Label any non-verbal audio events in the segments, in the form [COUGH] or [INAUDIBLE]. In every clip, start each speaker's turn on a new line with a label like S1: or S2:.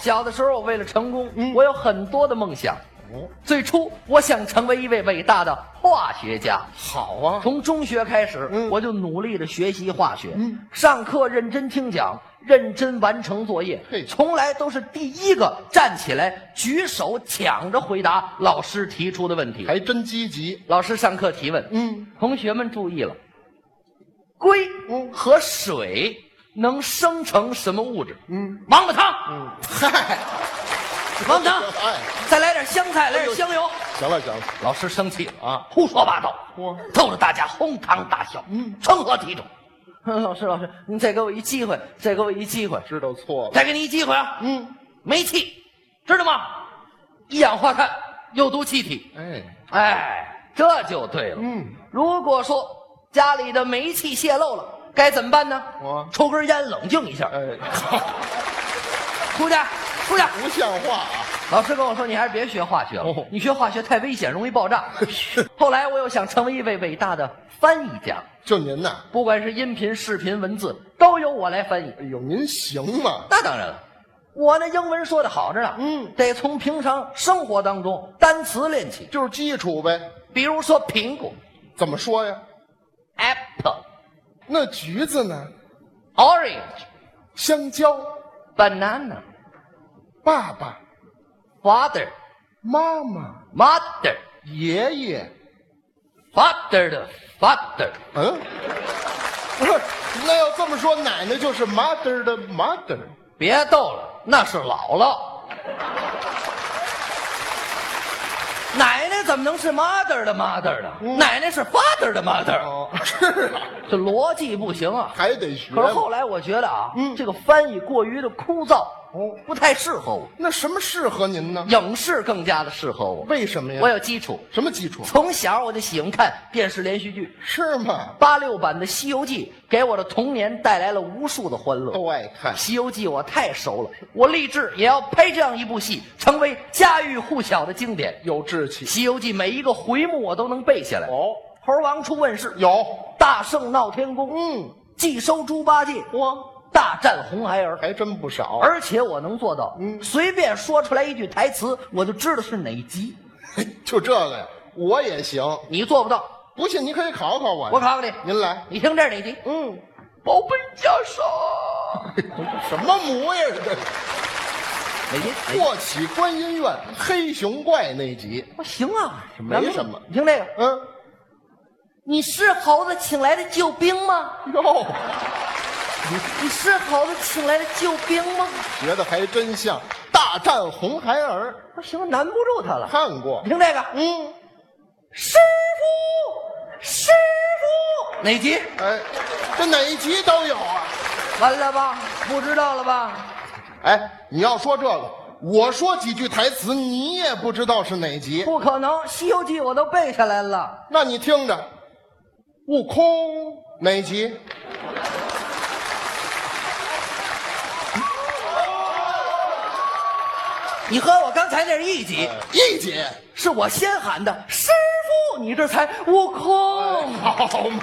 S1: 小的时候，我为了成功，
S2: 嗯
S1: 我有很多的梦想。最初，我想成为一位伟大的化学家。
S2: 好啊，
S1: 从中学开始，
S2: 嗯
S1: 我就努力的学习化学，
S2: 嗯
S1: 上课认真听讲，认真完成作业
S2: 嘿，
S1: 从来都是第一个站起来举手抢着回答老师提出的问题。
S2: 还真积极。
S1: 老师上课提问，
S2: 嗯，
S1: 同学们注意了，硅和水能生成什么物质？
S2: 嗯，
S1: 王八汤，
S2: 嗨，
S1: 王八汤，
S2: 哎，
S1: 再来点香菜，来点香油。
S2: 行了行了，
S1: 老师生气了
S2: 啊
S1: 胡说八道
S2: 嚯，
S1: 逗得大家哄堂大笑，嗯，成何体统？ [LAUGHS] 老师，老师，您再给我一机会，再给我一机会，
S2: 知道错了。
S1: 再给你一机会啊！
S2: 嗯，
S1: 煤气，知道吗？一氧化碳，有毒气体。
S2: 哎，
S1: 哎，这就对了。
S2: 嗯，
S1: 如果说家里的煤气泄漏了，该怎么办呢
S2: 我？
S1: 抽根烟冷静一下，
S2: 哎，
S1: 出去，出去。
S2: 不像话啊！
S1: 老师跟我说，你还是别学化学了，
S2: 哦
S1: 你学化学太危险，容易爆炸。
S2: [LAUGHS]
S1: 后来我又想成为一位伟大的翻译家，
S2: 就您呐，
S1: 不管是音频、视频、文字，都由我来翻译。
S2: 哎呦，您行吗？
S1: 那当然了，我那英文说的好着呢，
S2: 嗯
S1: 得从平常生活当中单词练起，
S2: 就是基础呗。
S1: 比如说苹果
S2: 怎么说呀？
S1: （apple）、
S2: 那橘子呢？
S1: orange、
S2: 香蕉，
S1: banana、
S2: 爸爸、
S1: father、
S2: 妈妈、
S1: mother、
S2: 爷爷，
S1: father 的 father。
S2: 嗯，不是，那要这么说，奶奶就是 mother 的 mother。
S1: 别逗了，那是姥姥。奶奶怎么能是 mother 的 mother 呢？奶奶是 father 的 mother，
S2: 嗯哦，是啊，
S1: 这逻辑不行啊。
S2: 还得学。
S1: 可是后来我觉得啊，
S2: 嗯
S1: 这个翻译过于的枯燥，
S2: 哦
S1: 不太适合我。
S2: 那什么适合您呢？
S1: 影视更加的适合我，
S2: 为什么呀？
S1: 我有基础。
S2: 什么基础？
S1: 从小我就喜欢看电视连续剧，
S2: 是吗？
S1: 八六版的《西游记》给我的童年带来了无数的欢乐。
S2: 都爱看。
S1: 《西游记》我太熟了，我立志也要拍这样一部戏，成为家喻户晓的经典。
S2: 有志
S1: 《
S2: 气
S1: 西游记》每一个回目我都能背下来。
S2: 哦，
S1: 猴王出问世，
S2: 有，
S1: 大圣闹天宫，
S2: 嗯，
S1: 祭收猪八戒，
S2: 我
S1: 大战红孩儿，
S2: 还真不少。
S1: 而且我能做到，
S2: 嗯
S1: 随便说出来一句台词，我就知道是哪集。
S2: [LAUGHS] 就这个呀，我也行。
S1: 你做不到，
S2: 不信你可以考考我呀。
S1: 我考考你，
S2: 您来。
S1: 你听这是哪集？
S2: 嗯，
S1: 宝贝袈裟，
S2: 什么模样这是？
S1: 哪集？哪集
S2: 霍启观音院黑熊怪那集，
S1: 我行啊，
S2: 没
S1: 咱们
S2: 什么
S1: 你听这个，
S2: 嗯，
S1: 你是猴子请来的救兵吗？
S2: 哟，
S1: 你是猴子请来的救兵吗？
S2: 学的还真像。大战红孩儿
S1: 不行，难不住他了。
S2: 看过
S1: 你，听这个，
S2: 嗯，
S1: 师傅，师傅，哪集？
S2: 哎，这哪一集都有啊。
S1: 完了吧？不知道了吧？
S2: 哎，你要说这个，我说几句台词，你也不知道是哪集。
S1: 不可能，《西游记》我都背下来了。
S2: 那你听着，悟空哪集？
S1: 你和我刚才那是一集，
S2: 一集。
S1: 是我先喊的嗯师傅，你这才悟空。
S2: 好嘛，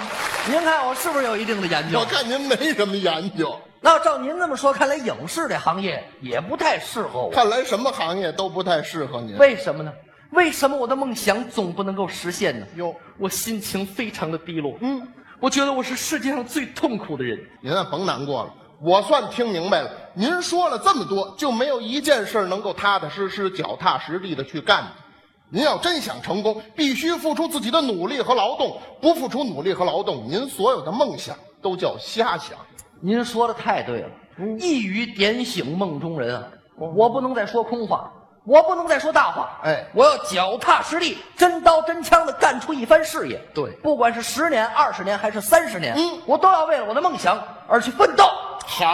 S1: 您看我是不是有一定的研究？
S2: 我看您没什么研究，
S1: 那照您这么说，看来影视这行业也不太适合我。
S2: 看来什么行业都不太适合您。
S1: 为什么呢？为什么我的梦想总不能够实现呢？
S2: 哟，
S1: 我心情非常的低落。
S2: 嗯，
S1: 我觉得我是世界上最痛苦的人。
S2: 您啊，甭难过了，我算听明白了。您说了这么多，就没有一件事儿能够踏踏实实、脚踏实地的去干的。您要真想成功，必须付出自己的努力和劳动。不付出努力和劳动，您所有的梦想都叫瞎想。
S1: 您说的太对了，
S2: 嗯
S1: 一语点醒梦中人啊！我不能再说空话，我不能再说大话，
S2: 哦哎
S1: 我要脚踏实地，真刀真枪的干出一番事业。
S2: 对
S1: 不管是十年、二十年还是三十年，
S2: 嗯
S1: 我都要为了我的梦想而去奋斗。
S2: 好，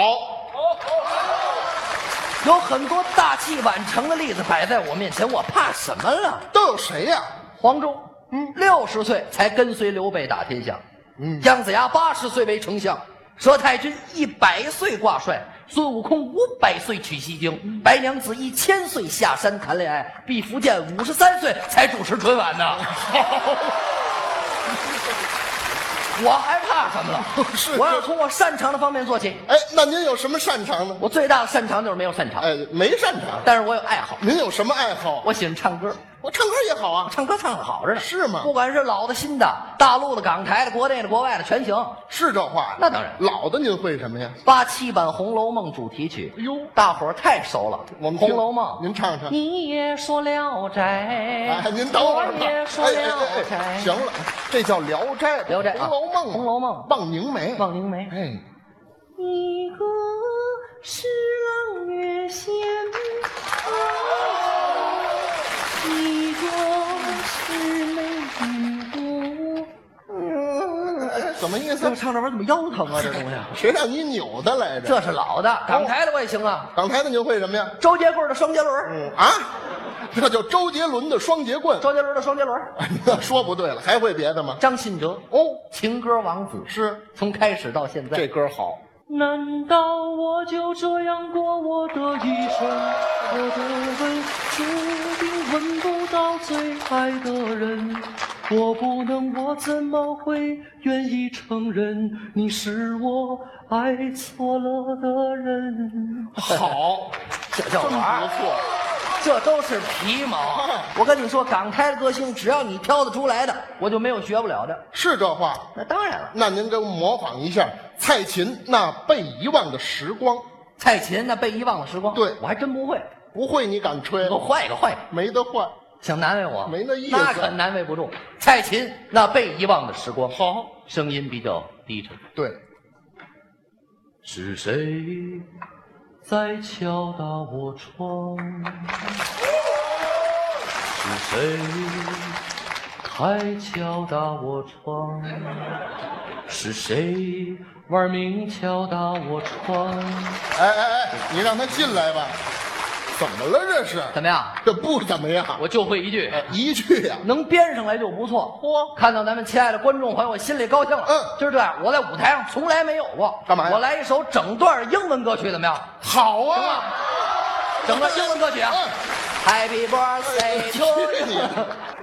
S1: 有很多大器晚成的例子摆在我面前，我怕什么了？
S2: 都有谁呀、
S1: 黄忠，嗯，六十岁才跟随刘备打天下，
S2: 嗯
S1: 姜子牙八十岁为丞相，佘太君一百岁挂帅，孙悟空五百岁取西
S2: 嗯
S1: 经，白娘子一千岁下山谈恋爱，毕福剑五十三岁才主持春晚呢。 [LAUGHS] 我还怕什么了？
S2: [LAUGHS] 是
S1: 我要从我擅长的方面做起。
S2: 哎，那您有什么擅长呢？
S1: 我最大的擅长就是没有擅长，
S2: 哎，没擅长。
S1: 但是我有爱好，
S2: 您有什么爱好？啊
S1: 我喜欢唱歌，
S2: 我唱歌也好啊。
S1: 唱歌唱的好着呢。
S2: 是吗
S1: 不管是老的、新的，大陆的、港台的、国内的、国外的，全行。
S2: 是这话呀？
S1: 那当然
S2: 老的您会什么呀？
S1: 八七版《红楼梦》主题曲，
S2: 哟
S1: 大伙儿太熟了。
S2: 我们
S1: 红
S2: 听
S1: 楼梦》，
S2: 您唱唱。
S1: 你也说《聊斋》，
S2: 哎，您等会儿
S1: 我也
S2: 吧。
S1: 说《
S2: 哎
S1: 聊
S2: 哎哎
S1: 斋》
S2: 哎，行了，这叫《聊斋》《
S1: 聊斋啊
S2: 红楼梦》《
S1: 红楼梦
S2: 望凝眉》
S1: 望凝眉。
S2: 哎，
S1: 一个是朗月仙，
S2: 哦
S1: 一个是美女
S2: 什哎么意
S1: 这
S2: 思？
S1: 唱这玩意儿怎么腰疼啊？这东 [LAUGHS] 西，
S2: 谁让你扭的来着？
S1: 这是老的，港台的我也行啊。
S2: 港台的您会什么呀？
S1: 周杰棍的双节轮，
S2: 嗯啊，这叫周杰伦的双节棍。
S1: 周杰伦的双节轮，
S2: 那说不对了，还会别的吗？
S1: 张信哲
S2: 哦，
S1: 情歌王子，
S2: 是
S1: 从开始到现在
S2: 这。歌
S1: [LAUGHS]
S2: 好。
S1: 难道我就这样过我的一生？我的吻注定吻不到最爱的人，我不能，我怎么会愿意承认你是我爱错了的人？
S2: 好，
S1: [LAUGHS] 这叫
S2: [LAUGHS] 真不
S1: 玩儿，
S2: 错。
S1: 这都是皮毛
S2: 嗯。
S1: 我跟你说，港台的歌星，只要你挑得出来的，我就没有学不了的。
S2: 是这话。
S1: 那当然了，
S2: 那您给我模仿一下蔡琴那被遗忘的时光，
S1: 蔡琴那被遗忘的时光，
S2: 对
S1: 我还真不会。
S2: 不会你敢吹
S1: 给？我换一个，换一个。
S2: 没得换。
S1: 想难为我，
S2: 没那意思
S1: 那可难为不住。蔡琴那被遗忘的时光，
S2: 好，
S1: 声音比较低沉。
S2: 对，
S1: 是谁在敲打我窗？是谁还敲打我窗？是谁玩命敲打我窗？
S2: 哎哎哎，你让他进来吧。怎么了这是？
S1: 怎么样？
S2: 这不怎么样。
S1: 我就会一句，
S2: 哎一句呀、
S1: 能编上来就不错。
S2: 嚯
S1: 看到咱们亲爱的观众朋友，我心里高兴了。
S2: 嗯
S1: 就是这样，我在舞台上从来没有过。
S2: 干嘛呀
S1: 我来一首整段英文歌曲，怎么样？
S2: 好啊，
S1: 整个英文歌曲啊
S2: 嗯
S1: ，Happy Birthday to
S2: 去你 [LAUGHS]
S1: you。